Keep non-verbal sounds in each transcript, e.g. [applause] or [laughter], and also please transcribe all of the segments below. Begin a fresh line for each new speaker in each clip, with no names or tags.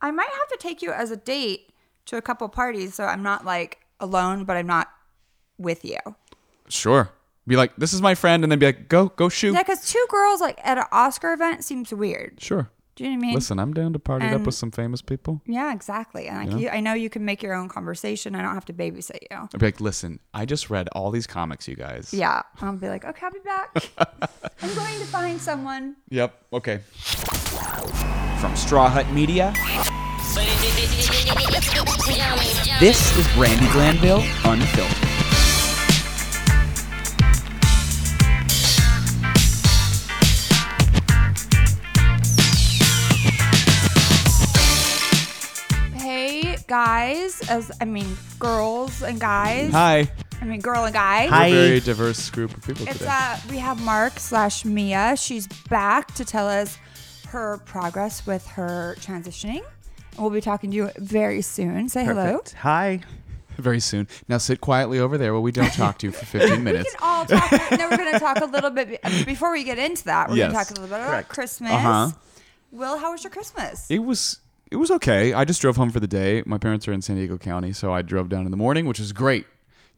I might have to take you as a date to a couple parties so I'm not like alone, but I'm not with you.
Sure. Be like, this is my friend, and then be like, go, go shoot.
Yeah, because two girls like at an Oscar event seems weird.
Sure.
Do you know what I mean?
Listen, I'm down to party it up
And-
with some famous people.
Yeah, exactly. And like, you, I know you can make your own conversation. I don't have to babysit you.
I'd be like, listen, I just read all these comics, you guys.
Yeah, I'll be like, okay, I'll be back. I'm going to find someone.
Yep. Okay. From Straw Hut Media, this is Brandy Glanville Unfiltered.
Hey guys, as I mean, girls and guys.
Hi.
I mean, girl and guy.
We're
Hi.
a very diverse group of people
It's
today.
uh, we have Mark slash Mia. She's back to tell us her progress with her transitioning. And We'll be talking to you very soon. Say hello.
Perfect. Hi.
very soon. Now sit quietly over there while we don't talk to you
[laughs]
for 15
We
minutes.
can all talk. no, we're going to talk a little bit
[laughs]
be- before we get into that. We're
Yes.
going to talk a little bit about
Correct.
Christmas.
Uh-huh.
Will, how was your Christmas?
It was it was okay. I just drove home for the day. My parents are in San Diego County, so I drove down in the morning, which is great.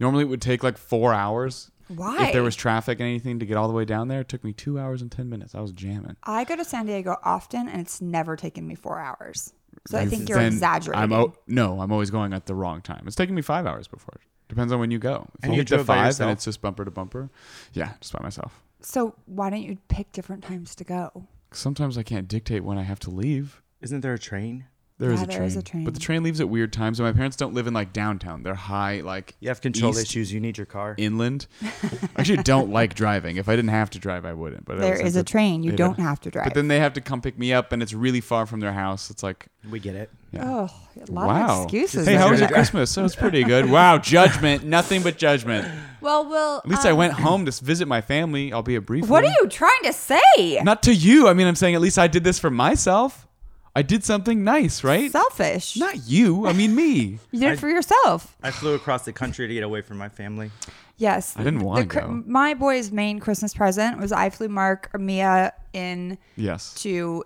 Normally it would take like four hours.
Why?
If there was traffic and anything to get all the way down there, it took me two hours and ten minutes. I was jamming.
I go to San Diego often, and it's never taken me four hours. So I think you're
Then
exaggerating.
I'm o- no, I'm always going at the wrong time. It's taking me five hours before. Depends on when you go. If
And
you
you
get to
drove by
five, then
yourself?
it's just bumper to bumper. Yeah, just by myself.
so why don't you pick different times to go?
Sometimes I can't dictate when I have to leave.
Isn't there a train?
There is
Yeah,
a train.
there is a
But the
train.
train leaves at weird times, and my parents don't live in like downtown. They're high, like
You have control
east E-
issues. You need your car.
inland. I actually don't like driving. If I didn't have to drive, I wouldn't. But
There
ever since
is a
it-
train. You
yeah.
don't have to drive.
But then they have to come pick me up, and it's really far from their house. It's like,
We get it.
oh, a lot
wow.
of excuses.
Hey, how
over
was your
there.
Christmas? It was pretty good. Wow, judgment. Nothing but judgment. At
Well, Will. At
least I went home to visit my family. I'll be a brief.
Um, What are you trying to say?
Not to you. I mean, I'm saying at least I did this for myself. I did something nice, right?
Selfish.
Not you. I mean me.
you did it for yourself.
I flew across the country to get away from my family.
Yes.
I didn't
The
wanna
cri-
go.
My boy's main Christmas present was I flew Mark or Mia in
Yes.
[laughs] to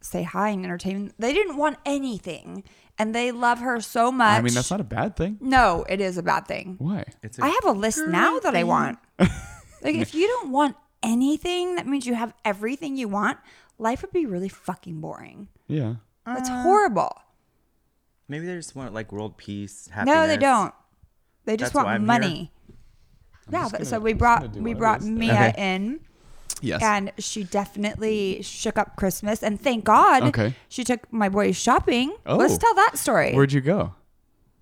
say hi and entertain. They didn't want anything, and they love her so much.
I mean, that's not a bad thing.
No, it is a bad thing.
Why?
It's a
I have a list now that I
[laughs]
want. like, if you don't want anything, that means you have everything you want. Life would be really fucking boring.
Yeah.
That's
Uh,
horrible.
maybe they just want like world peace. Happiness.
No, they don't. They just
That's why
want
I'm
money. Yeah,
just
but,
gonna-
so we
just gonna
brought
do
we
what it
brought
is.
Mia
Okay.
in,
Yes.
and she definitely shook up Christmas, and thank God
Okay.
she took my boy shopping.
Oh.
Let's tell that story,
Where'd you go?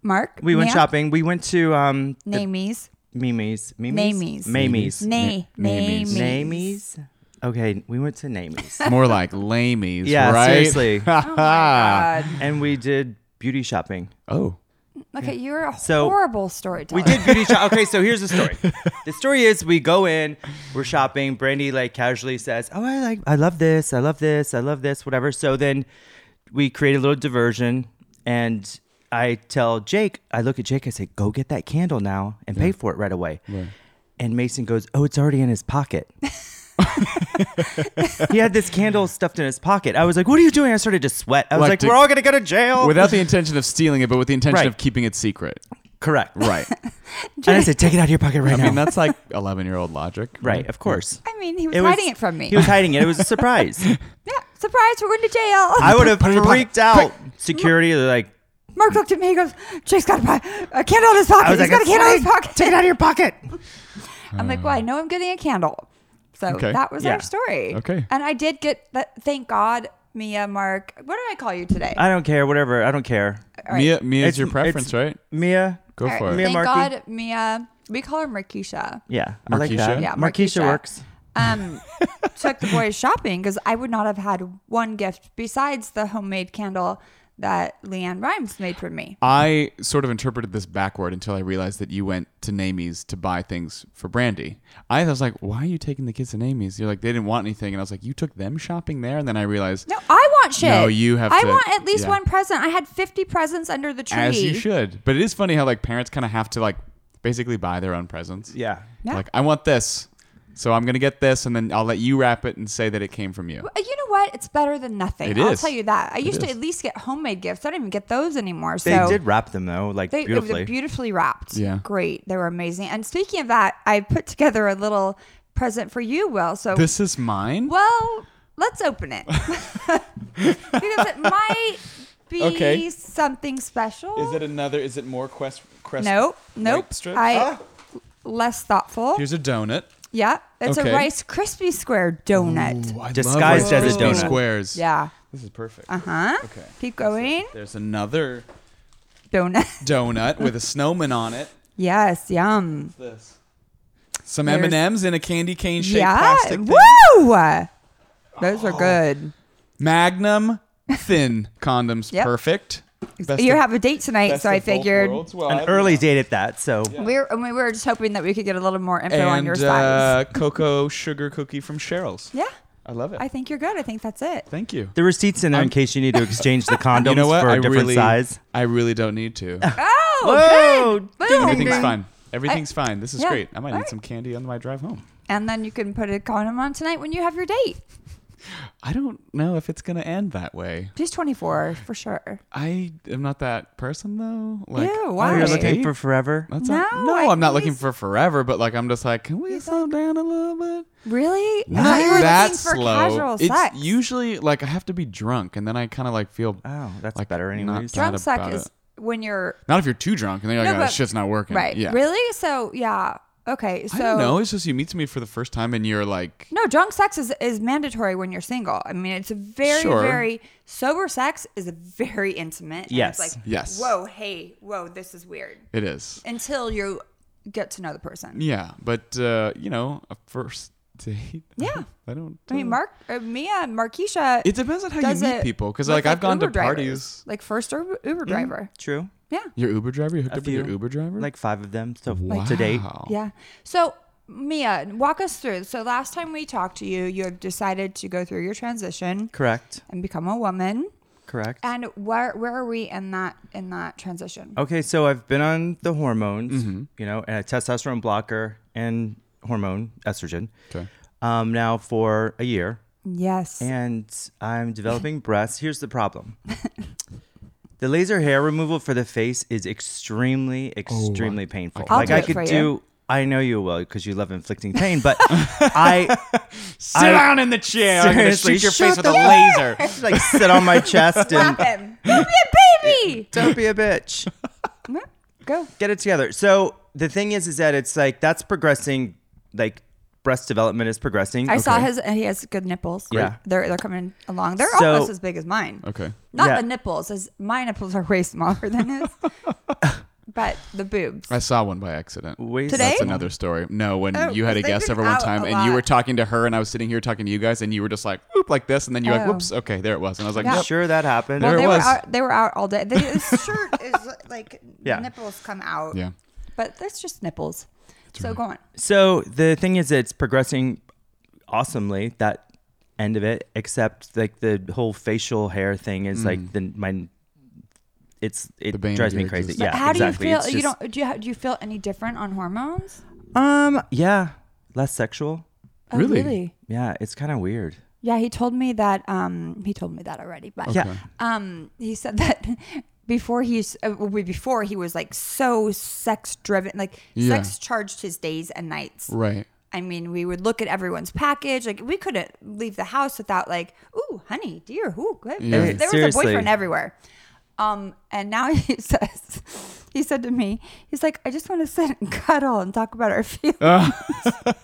Mark.
We went
Mia?
shopping. We went to um the
Namies,
Mimi's.
Namies.
Mimi's. Mamies.
nay,
Namies.
namies,
Namies. Okay, we went to Namies.
More like lamies,
yeah,
right? [laughs]
seriously.
Oh God.
and we did beauty shopping.
Oh.
[laughs]
Okay, you're a
So-
horrible storyteller.
We did beauty shop. Okay, so here's the story. The story is we go in, we're shopping. Brandy like casually says, "Oh, I like, I love this, I love this, I love this, whatever." So then we create a little diversion, and I tell Jake, I look at Jake, I say, "Go get that candle now and pay for it right away." And Mason goes, "Oh, it's already in his pocket." [laughs] he had this candle stuffed in his pocket. I was like, "What are you doing?" I started to sweat. I was
Like
like,
to-
"We're all gonna go to jail."
Without the intention of stealing it, but with the intention
Right.
of keeping it secret.
Correct.
Right.
[laughs] And I said, "Take it out of your pocket right
I
now."
mean, that's like 11 year old logic.
right. Of course.
[laughs] I mean, he was
It was-
hiding it from me.
He was hiding it. It was a [laughs] surprise.
yeah, surprise, we're going to jail.
I would have
Put it in your
freaked out. Security, they're like,
[laughs] Mark looked at me. He goes, "Jake's got a, po- a candle in his pocket.
I was
He's
like,
got a
"It's
candle in his
fine.
pocket.
Take it out of your pocket.
I'm like, well, I know I'm getting a candle. So
Mm. Okay.
that was
Yeah.
our story.
Okay.
And I did get that. Thank God, Mia, Mark. What did I call you today?
I don't care. Whatever. I don't care.
All right.
Mia, Mia's
It's-
your preference,
it's-
right?
Mia.
Go
All right.
for it.
Mia
Thank
Markey.
God, Mia. We call her Markeisha.
Yeah. I like
Markeisha?
that.
Yeah, Markeisha.
Markeisha works.
[laughs]
Um, took the boys shopping because I would not have had one gift besides the homemade candle that Leanne Rhymes made for me.
I sort of interpreted this backward until I realized that you went to Namie's to buy things for Brandy. I was like, why are you taking the kids to Namie's? You're like, they didn't want anything. And I was like, you took them shopping there? And then I realized,
No, I want shit.
No, you have
I
to-
want at least
yeah.
one present. I had 50 presents under the tree.
as you should. But it is funny how like parents kind of have to like basically buy their own presents.
Yeah.
Yeah.
Like, I want this. So I'm gonna get this, and then I'll let you wrap it and say that it came from you.
But Uh, you know what? It's better than nothing.
It
I'll
is.
tell you that. I used to
is.
at least get homemade gifts. I don't even get those anymore.
They
so
did wrap them though, like
They beautifully.
beautifully.
beautifully wrapped.
Yeah.
Great. They were amazing. And speaking of that, I put together a little present for you, Will. So,
This is mine.
well, let's open
[laughs]
it because it might be
Okay.
something special.
Is it another? Is it more quest? Crest
Nope. Nope.
White strips?
I less thoughtful.
Here's a donut.
yeah. It's
Okay.
a Rice Krispie square donut.
Ooh, I love Rice
Disguised as a
Krispie
donut.
Squares.
Yeah.
This is perfect.
Uh huh.
Okay.
Keep going.
There's another
Donut.
donut
[laughs]
with a snowman on it.
yes. Yum.
This. Some M
There's-
and M's in a candy cane shaped
Yeah.
plastic. thing. Oh.
Woo. Those are good.
Magnum
[laughs]
thin condoms.
Yep.
Perfect. Best
you
of-
have a date tonight,
best
so I
of both
figured
worlds. Well, I-
An early date at that, so
we're and we were just hoping that we could get a little more info
and
on your size.
uh, cocoa sugar cookie from Cheryl's.
Yeah,
I love it.
I think you're good. I think that's it.
Thank you.
the receipts in there in case you need to exchange the condoms
You know what?
for a
I
different
really,
size.
I really don't need
[laughs]
to.
Oh,
Whoa,
good.
ding,
Boom.
Everything's fine. Everything's fine. This is
Yeah.
great. I might
All
need
right.
some candy on my drive home.
And then you can put a condom on tonight when you have your date.
I don't know if it's gonna end that way.
She's 24 for sure.
I am not that person though. Like,
Ew,
on
why?
a
You're
You're
Right.
looking
date?
for forever.
That's
No,
not- no,
I
I'm not
think
looking
he's-
for forever, but like I'm just like, can we slow down a little bit?
Really? I
Not
thought you were
that
looking for
slow.
casual
it's
sex.
usually like I have to be drunk, and then I kind of like feel
Oh, that's
like
better
not
anyways.
bad
Drunk sex
about
is
it.
when you're
not if you're too drunk, and then you're like,
No,
oh,
but-
this shit's not working.
right.
Yeah.
Really? So yeah. Okay. So
I don't know. It's just you meet somebody for the first time, and you're like,
No, drunk sex is, is mandatory when you're single. I mean, it's a very,
Sure.
very sober sex is a very intimate. and
Yes.
It's like,
Yes.
Whoa, hey, whoa, this is weird.
it is.
Until you get to know the person.
Yeah, but uh, you know, a first date. [laughs]
Yeah.
I don't.
I mean,
uh,
Mark, uh, Mia, Marquisha.
It depends on how
does
you meet
it
people, because
with,
like, I've gone
Uber
to
drivers.
parties. Mm-hmm.
like first Uber, Uber driver.
True.
Yeah,
Your Uber driver, you hooked
A
up with your
few.
Uber driver,
Like five of them so
wow.
to date.
yeah. So Mia, walk us through. So last time we talked to you, you have decided to go through your transition
Correct.
and become a woman.
Correct.
And where where are we in that in that transition?
Okay, so I've been on the hormones,
Mm-hmm.
you know, and a testosterone blocker and hormone estrogen
Okay.
um, now for a year.
Yes.
And I'm
[laughs]
developing breasts. Here's the problem the laser hair removal for the face is extremely, extremely painful.
Oh, I'll
like,
do
I
it
could
for you.
do. I know you will because you love inflicting pain,
[laughs]
but I
Sit
I-
down in the chair. I'm gonna
Seriously,
shoot your
shut
face with
the
a laser.
like sit on my chest and
Slap him. Be a baby.
[laughs] don't be a bitch.
Go.
Get it together. So the thing is, is that it's like that's progressing. Like breast development is progressing.
I saw his. He has good nipples.
Yeah.
they're they're coming along. They're
So-
almost as big as mine.
Okay.
Not
Yeah.
the nipples. As my nipples are way smaller than
[laughs]
his. but the boobs.
I saw one by accident.
Waist-
Today?
That's another story. No, when
Oh,
you had a
because they've
guest
been
over one
out
time
a
and you were
lot.
talking to her and I was sitting here talking to you guys and you were just like, whoop, like this. And then you're like,
Oh.
whoops, okay, there it was. And I was like,
Yeah.
yep.
Sure, that happened.
There
Well,
it
they
was.
were out. They were out all day. They,
[laughs]
his shirt is like
Yeah.
nipples come out.
Yeah.
But that's just nipples. so go on.
So the thing is, it's progressing awesomely. That end of it, except like the whole facial hair thing is
Mm.
like the my. It's
The
it
bane of
drives me
your
crazy.
existence.
Yeah,
How
exactly.
do you
It's
feel? You
just-
don't. Do you ha- do you feel any different on hormones?
Um. Yeah. Less sexual.
Oh,
Really?
Yeah. It's kind of weird.
Yeah. He told me that. Um. He told me that already. But
Yeah.
um he said [laughs] that before he's uh, well, before he was like so sex driven like
Yeah.
sex charged his days and nights
Right.
i mean we would look at everyone's package like we couldn't leave the house without like ooh honey dear ooh good
Yeah.
there was a
Seriously.
boyfriend everywhere um and now [laughs] he says he said to me he's like i just want to sit and cuddle and talk about our feelings
Uh,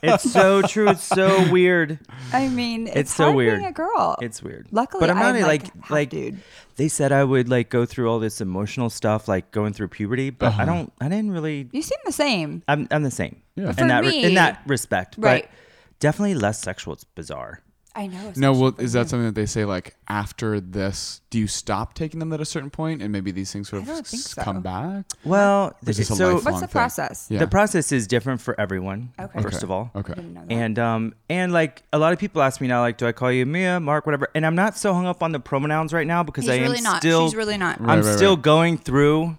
It's so true.
[laughs]
It's so weird.
i mean it's,
It's so
hard
weird.
being a girl
It's weird.
Luckily,
but I'm not
I'm,
like
like, half
like
dude.
They said I would like go through all this emotional stuff, like going through puberty, but
Uh-huh.
I don't. I didn't really.
you seem the same
I'm I'm the same.
Yeah. But
for
In that re-
me-
in that respect,
Right.
But definitely less sexual. It's bizarre.
i know it's
No, well, is that something that they say like after this, do you stop taking them at a certain point and maybe these things sort of
I don't think
s-
so.
come back?
Well,
Is this a
so
lifelong
What's the
thing?
process?
Yeah.
the process is different for everyone.
Okay.
First of all,
Okay.
didn't know that.
And um and like a lot of people ask me now, like, do I call you Mia, Mark, whatever? And I'm not so hung up on the pronouns right now because
He's
I am
really not.
still
She's really not.
Right,
I'm
right,
still
right.
going through.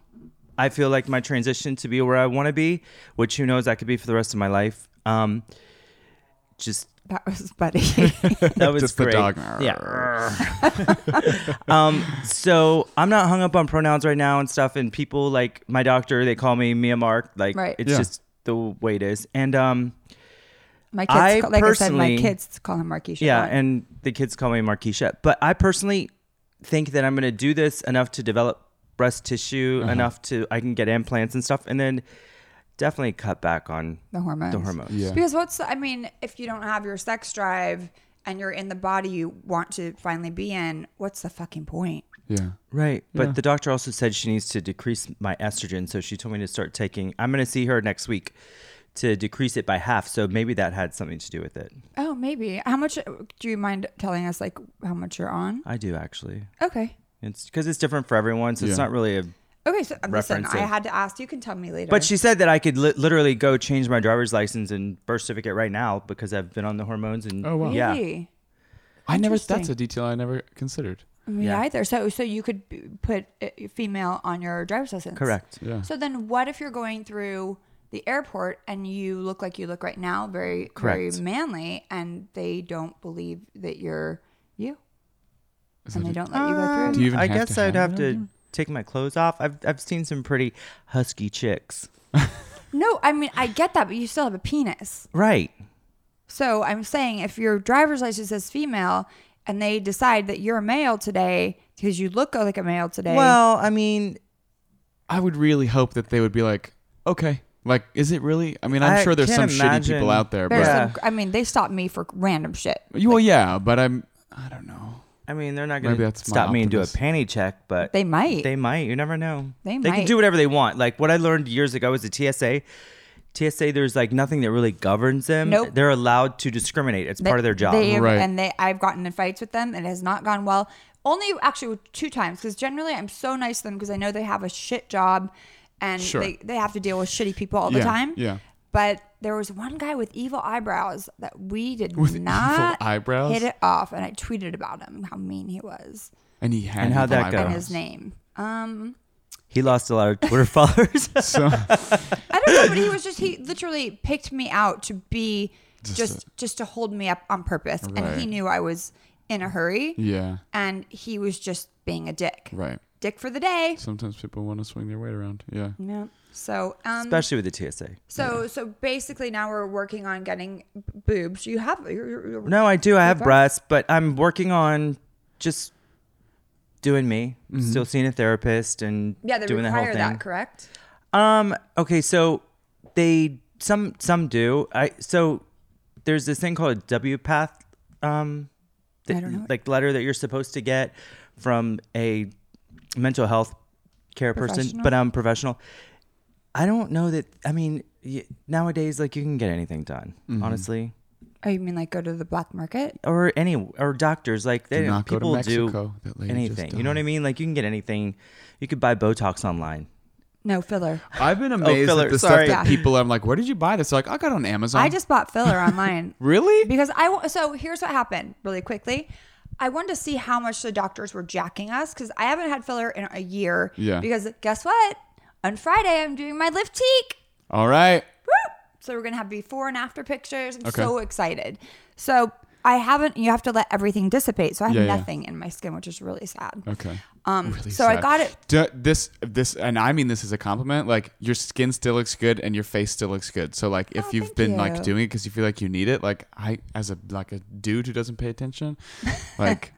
I feel like my transition to be where I want to be, which who knows I could be for the rest of my life. Um,
[laughs]
just
[laughs] That was Buddy. [laughs]
that was
Just
great.
the dog.
Yeah. [laughs] um, so I'm not hung up on pronouns right now and stuff. And people like my doctor, they call me Mia Mark. Like
Right.
it's
Yeah.
just the way it is. And um,
my kids,
I
call, like I said, my
personally-
kids call him Marquis.
yeah,
Chabot.
and the kids call me Marquisha. But I personally think that I'm going to do this enough to develop breast tissue enough to I can get implants and stuff, and then definitely cut back on
the hormones.
the hormones.
Yeah.
Because what's the, I mean, if you don't have your sex drive and you're in the body you want to finally be in, what's the fucking point?
Yeah.
Right. But the doctor also said she needs to decrease my estrogen. So she told me to start taking, I'm going to see her next week to decrease it by half. So maybe that had something to do with it.
Oh, maybe. How much do you mind telling us, like, how much you're on?
I do actually.
Okay.
It's because it's different for everyone. So it's
Yeah.
not really a.
Okay. So um, listen,
Reference
I
it.
had to ask. You can tell me later.
But she said that I could li- literally go change my driver's license and birth certificate right now because I've been on the hormones and
Oh, wow.
yeah,
Really?
I never. That's
Interesting.
a detail I never considered.
Me
Yeah.
either. So, so you could b- put uh, female on your driver's license.
correct.
Yeah.
So then, what if you're going through the airport and you look like you look right now, very
Correct.
very manly, and they don't believe that you're you, and they don't let you go through?
Do you even
I
have
guess
to
I'd
have Mm-hmm.
have to take my clothes off. I've I've seen some pretty husky chicks.
No, I mean I get that, but you still have a penis.
Right.
So I'm saying if your driver's license says female and they decide that you're a male today because you look like a male today.
Well, I mean,
I would really hope that they would be like, okay, like, is it really? I mean, I'm
I
sure there's some
can't
shitty
imagine.
people out there,
there's some,
but
I mean they stop me for random shit.
you, well, yeah, but I'm, I don't know.
I mean, they're not
Maybe
going to
that's my
stop me and do a
optimist.
panty check, but
They might.
They might. You never know.
They
They can
might.
do whatever they want. Like what I learned years ago was the TSA. TSA, there's like nothing that really governs them.
Nope.
They're allowed to discriminate. It's part of their job.
They have-
Right.
And they, I've gotten in fights with them, and it has not gone well. Only actually with two times, because generally I'm so nice to them because I know they have a shit job, and
Sure.
they, they have to deal with shitty people all
Yeah,
the time.
yeah.
But there was one guy with evil eyebrows that we did
evil
not
eyebrows?
hit it off, and I tweeted about him how mean he was
And he had
And how'd
evil
that go?
and
eyebrows.
his name. Um,
he lost a lot of Twitter [laughs] followers.
So
I don't know, but he was just he literally picked me out to be just just, to hold me up on purpose, and he
Right.
knew I was in a hurry.
yeah,
and he was just being a dick.
right.
Dick for the day.
Sometimes people want to swing their weight around. Yeah.
Yeah. So, um,
Especially with the TSA.
so, so basically, now we're working on getting b- boobs. You have you're, you're- you're-
No, I do. I have
Okay.
breasts, but I'm working on just doing me. Still seeing a therapist and
Mm-hmm. yeah, they
doing the whole
require
thing.
that, correct?
Um. Okay. So they some some do. I so there's this thing called a W path. Um, that-
don't know.
like letter that you're supposed to get from a mental health care person,
Professional?
but I'm professional. I don't know that. I mean, y- nowadays, like you can get anything done,
Mm-hmm.
honestly,
Oh, you mean like go to the black market?
or any or doctors like they
Do not go to
people do
Mexico. That lady
anything. You know what I mean? Like you can get anything. You could buy Botox online.
No filler.
Um,
I've been amazed
filler,
at the
sorry.
stuff that
Yeah.
people. I'm like, where did you buy this? They're like, I got it on Amazon.
I just bought
[laughs]
filler online
really.
because I. wa- So here's what happened, really quickly. I wanted to see how much the doctors were jacking us because I haven't had filler in a year.
Yeah.
Because guess what? On Friday, I'm doing my lift cheek.
All right.
Woo! So we're gonna have before and after pictures. I'm
Okay.
so excited. So I haven't. You have to let everything dissipate. So I have
Yeah, yeah.
nothing in my skin, which is really sad.
Okay.
Um.
Really
so I
sad.
got it.
D- this this and I mean this as a compliment. Like your skin still looks good and your face still looks good. So like if
Oh,
you've
thank
been
you.
like doing it because you feel like you need it, like I as a like a dude who doesn't
[laughs]
pay attention, like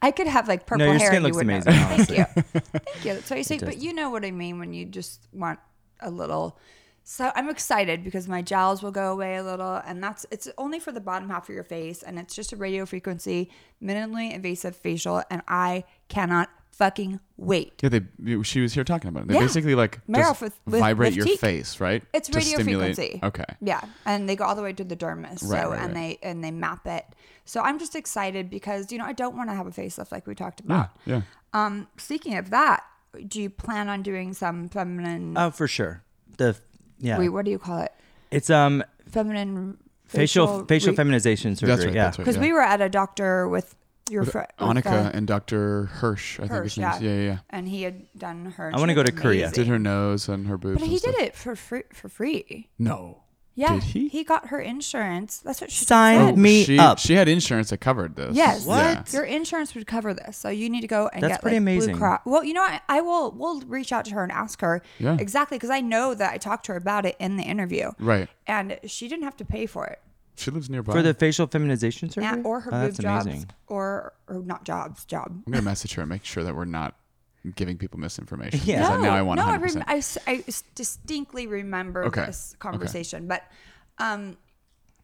I could have like purple
your
hair.
skin
and
looks
you wouldn't
amazing,
know. Thank you.
[laughs]
Thank you. That's what you say. But you know what I mean when you just want a little. So I'm excited because my jowls will go away a little, and that's it's only for the bottom half of your face, and it's just a radio frequency, minimally invasive facial, and I cannot fucking wait.
yeah, they she was here talking about it. They
Yeah.
basically like
Meryl
just
with- with-
vibrate
with
your
teak.
face, right?
It's
To
radio
stimulate-
frequency.
Okay.
Yeah, and they go all the way to the dermis. so
Right, right,
and
right.
they and they map it. So I'm just excited because you know I don't want to have a facelift like we talked
Yeah.
about.
Yeah.
Um, speaking of that, do you plan on doing some feminine?
Oh, for sure. The yeah,
wait, what do you call it?
it's um
Feminine
facial facial,
re-
feminization surgery.
That's right.
yeah.
That's right.
Because
yeah.
we were at a doctor with your friend
Annika and Dr. Hirsch, I
Hirsch,
think his
yeah.
name. is. Yeah, yeah. yeah.
and he had done her.
I wanna
she was
go to Korea.
amazing.
Did her nose and her boobs.
But
and
he
stuff.
did it for free. For free.
No.
Yeah,
Did he?
got her insurance. That's what she
Sign
said.
me-
Oh, she,
up.
She had insurance that covered this.
Yes.
What?
Your insurance would cover this, so you need to go and
That's
get
pretty
like
amazing.
Blue Cross. Well, you know, I, I will. We'll reach out to her and ask her
Yeah.
exactly because I know that I talked to her about it in the interview,
Right.
and she didn't have to pay for it
She lives nearby.
for the facial feminization surgery
and, or her
Oh,
boob
that's
jobs
amazing.
or or not jobs job.
I'm gonna message her and make sure that we're not giving people misinformation.
Yeah.
'cause I- now I want
no, I,
100.
rem- I s- I s- distinctly remember
Okay.
this
Okay.
conversation, but um,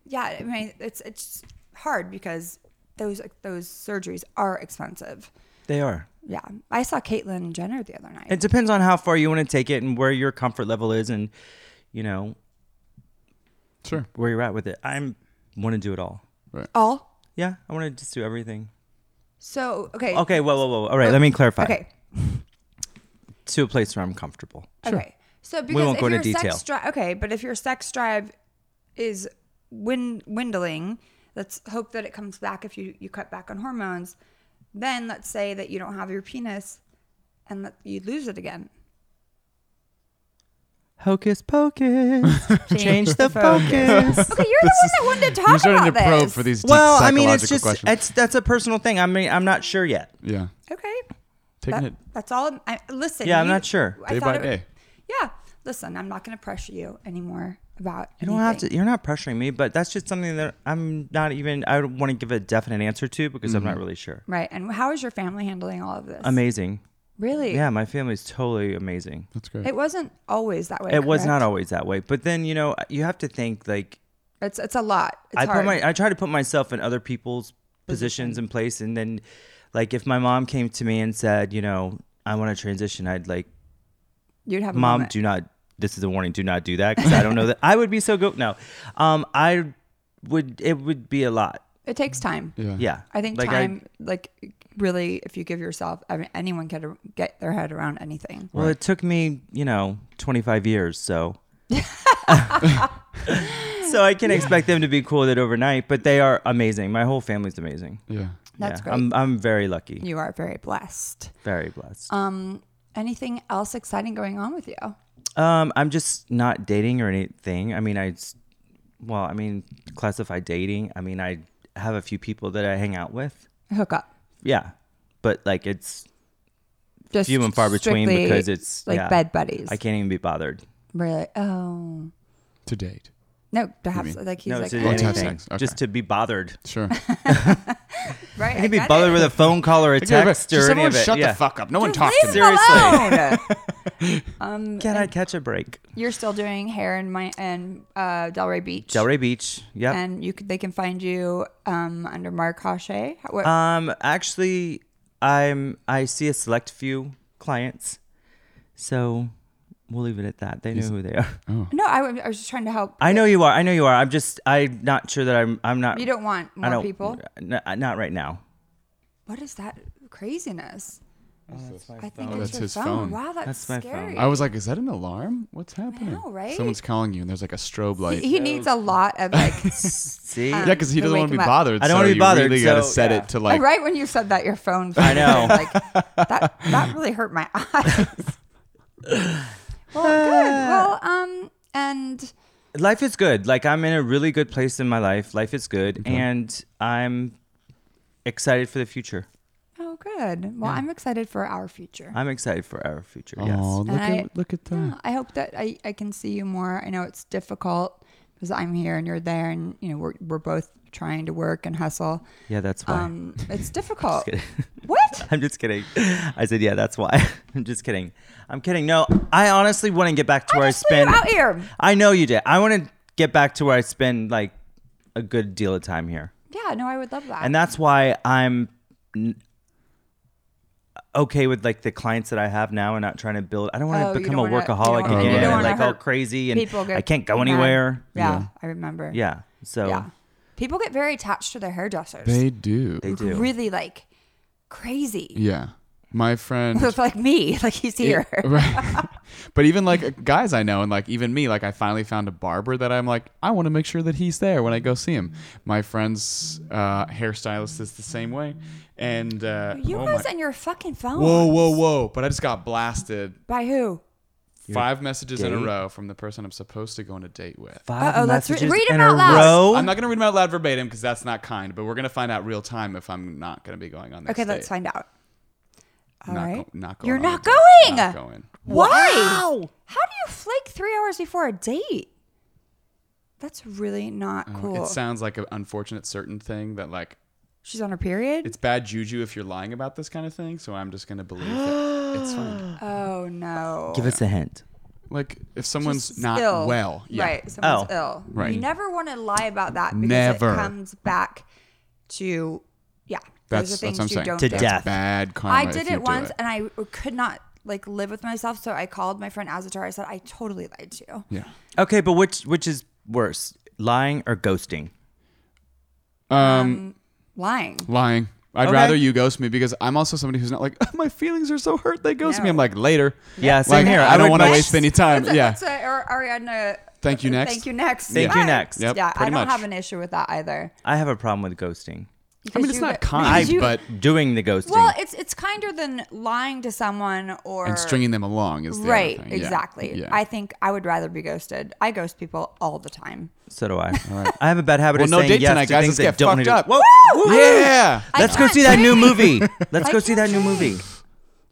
yeah, I mean, it's it's hard because those those surgeries are expensive.
They are.
Yeah, I saw Caitlyn Jenner the other night.
It depends on how far you want to take it and where your comfort level is, and you know
sure.
where you're at with it. I'm want to do it all.
All
Yeah, I want to just do everything.
so okay.
Okay, whoa, whoa, whoa. All right, let me clarify.
Okay.
To a place where I'm
[laughs]
comfortable.
Okay. So because
won't
if
go into
your
detail.
sex drive, okay, but if your sex drive is win- dwindling, let's hope that it comes back if you you cut back on hormones. Then let's say that you don't have your penis, and that you lose it again.
Hocus pocus.
[laughs]
Change the focus.
Okay, you're the one that wanted to
You're
talk
starting
about
to probe
this.
for these deep
well, I
psychological
mean, it's just uh,
questions.
it's that's a personal thing. I mean, I'm not sure yet.
yeah,
okay,
taking
that,
it
that's all. I, listen.
Yeah, I'm
you-
not sure.
I
day
thought
by
it-
day.
Yeah, listen, I'm not going to pressure you anymore about.
You don't have to. You're not pressuring me, but that's just something that I'm not even. I don't want to give a definite answer to because I'm not
Mm-hmm.
really sure.
Right, and how is your family handling all of this?
Amazing.
really?
Yeah, my family's totally amazing.
That's great.
It wasn't always that way.
It was
correct?
not always that way, but then you know you have to think like
It's it's a lot. It's
I
hard.
put my I try to put myself in other people's positions in place, and then like if my mom came to me and said, you know, I want to transition, I'd like,
You'd have a
mom,
moment.
do not. This is a warning. Do not do that because I don't know that I would be so good. No, um, I would. It would be a lot.
It takes time.
yeah.
Yeah,
I think
Like,
time, like really, if you give yourself, I mean, anyone can get their head around anything.
Well, it took me, you know, 25
[laughs]
years, so. so I can expect them to be cool with it overnight, but they are amazing. My whole family's amazing.
Yeah.
That's
Yeah,
great.
I'm I'm very lucky.
you are very blessed.
Very blessed.
Um, anything else exciting going on with you?
Um, I'm just not dating or anything. I mean, I, s- well, I mean, classify dating. I mean, I have a few people that I hang out with.
Hook up.
Yeah, but like it's
Just
few and far between
strictly,
because it's
like
yeah.
bed buddies.
I can't even be bothered.
really. Oh
To date.
no, to have
mean?
like he's
no,
like
to
oh,
anything.
yeah.
anything.
sex, okay.
Just to be bothered. [laughs]
Sure.
right.
I can be bothered with a phone call or a text
[laughs]
or
Just
any
everyone
of it.
shut
yeah.
the fuck up. No one talked
Leave
to me.
him alone. um,
Can I catch a break?
[laughs] you're still doing hair in my and uh, Delray Beach.
Delray Beach. Yep.
and you could, they can find you um, under Mark Hache. How- What,
um, actually, I'm. I see a select few clients, so we'll leave it at that. They know who they are.
no, I, wa- I was just trying to help.
I know you are. I know you are. I'm just. I'm not sure that I'm. I'm not.
You don't want
I
more
don't-
people.
n- not right now.
What is that craziness? I think
Oh, That's
it's your
his phone.
phone. Wow, that's,
That's my phone.
scary.
I was like, is that an alarm? What's happening?
know, right?
Someone's calling you, and there's like a strobe light.
he he needs a lot of
[laughs]
like.
See.
yeah, because he
To
doesn't
wake
want to
him
be
up.
bothered.
I
so
don't wanna be
you
bothered,
Really gotta
so,
set
yeah.
it to
[laughs]
like.
right when you said that, your phone. I
know.
Like that.
[laughs]
That really hurt my eyes. well,
[laughs]
good. Well, um, and
life is good. Like I'm in a really good place in my life. Life is good, and I'm excited for the future.
oh, good. Well, I'm excited for our future.
I'm excited for our future.
Oh,
Yes.
look
And I-
at look at that.
Yeah, I hope that I, I can see you more. I know it's difficult because I'm here and you're there, and you know we're we're both trying to work and hustle.
Yeah, that's why. [laughs]
Um, it's difficult.
kidding. [laughs]
what?
I'm just kidding. I said, yeah, that's why. [laughs] I'm just kidding. I'm kidding. No, I honestly want to get back to
I
where
just
I
flew
spend.
out here.
I know you did. I want to get back to where I spend like a good deal of time here,
Yeah, no, I would love that.
and that's why I'm n- okay with like the clients that I have now, and not trying to build. I don't want
Oh,
to
you
become a
don't wanna- you
workaholic
don't-
and
you
get
don't
in,
wanna
like all
hurt
crazy, and
People get
I can't go
mad.
anywhere.
Yeah, I remember.
Yeah. So
yeah. People get very attached to their hairdressers.
They do.
they do.
Really like crazy.
yeah. My friend. [laughs]
Look like me, like he's [laughs]
[laughs]
here.
Right. but even like guys I know and like even me, like I finally found a barber that I'm like, I want to make sure that he's there when I go see him. My friend's uh, hairstylist is the same way. And uh,
you
oh
guys
my-
and your fucking phone.
whoa, whoa, whoa. But I just got blasted
By who?
Five messages in a
gay?
row from the person I'm supposed to go on a date with.
Five
Uh-oh, let's re-
messages
read 'em
in a
out loud.
row.
I'm not going to read them out loud verbatim because that's not kind, but we're going to find out real time if I'm not going to be going on this
Okay,
date.
let's find out. All
not,
right.
go- not going
You're
on
not
a date.
going.
Not going.
Why?
Wow.
How do you flake three hours before a date? That's really not
Oh,
cool.
It sounds like an unfortunate certain thing that like
She's on her period.
it's bad juju if you're lying about this kind of thing. So I'm just going to believe that it's fine.
[gasps] oh no.
Give us a hint.
Like if someone's
Just
not
ill.
well, yeah.
Right. Someone's
Oh.
ill.
Right.
You never want to lie about that because
Never.
it comes back to yeah.
That's,
those are things
that's what I'm
you
saying.
don't
To
do.
death.
Bad karma.
I
if
did
you
it
do
once uh, and I could not like live with myself, so I called my friend Azatar. I said, I totally lied to you.
yeah.
Okay, but which which is worse, lying or ghosting?
Um,
Lying.
lying. I'd
Okay.
rather you ghost me because I'm also somebody who's not like [laughs] my feelings are so hurt they ghost me.
No.
I'm like later.
Yeah, same
Like,
here.
I,
I
don't
would
want to
much-
waste any time.
That's a-
yeah.
that's a- or Ariana.
Thank you next.
Thank you next.
Thank you
Bye.
next.
Yep,
yeah, I
pretty
don't
much.
have an issue with that either.
I have a problem with ghosting.
I mean,
Because
it's
you-
not
because
kind,
you-
but
Doing the ghosting.
well, it's it's kinder than lying to someone or
and stringing them along is the other
Right,
thing. Yeah.
exactly.
Yeah.
I think I would rather be ghosted. I ghost people all the time.
so do I. I have a bad habit
well,
of
no
saying
date
yes
tonight,
to
guys. Let's
things
get
I don't
fucked
wanna
up.
do.
Yeah.
I
Let's go
can't
see that new
drink.
movie. Let's
I
go see that
can't
new
drink.
movie.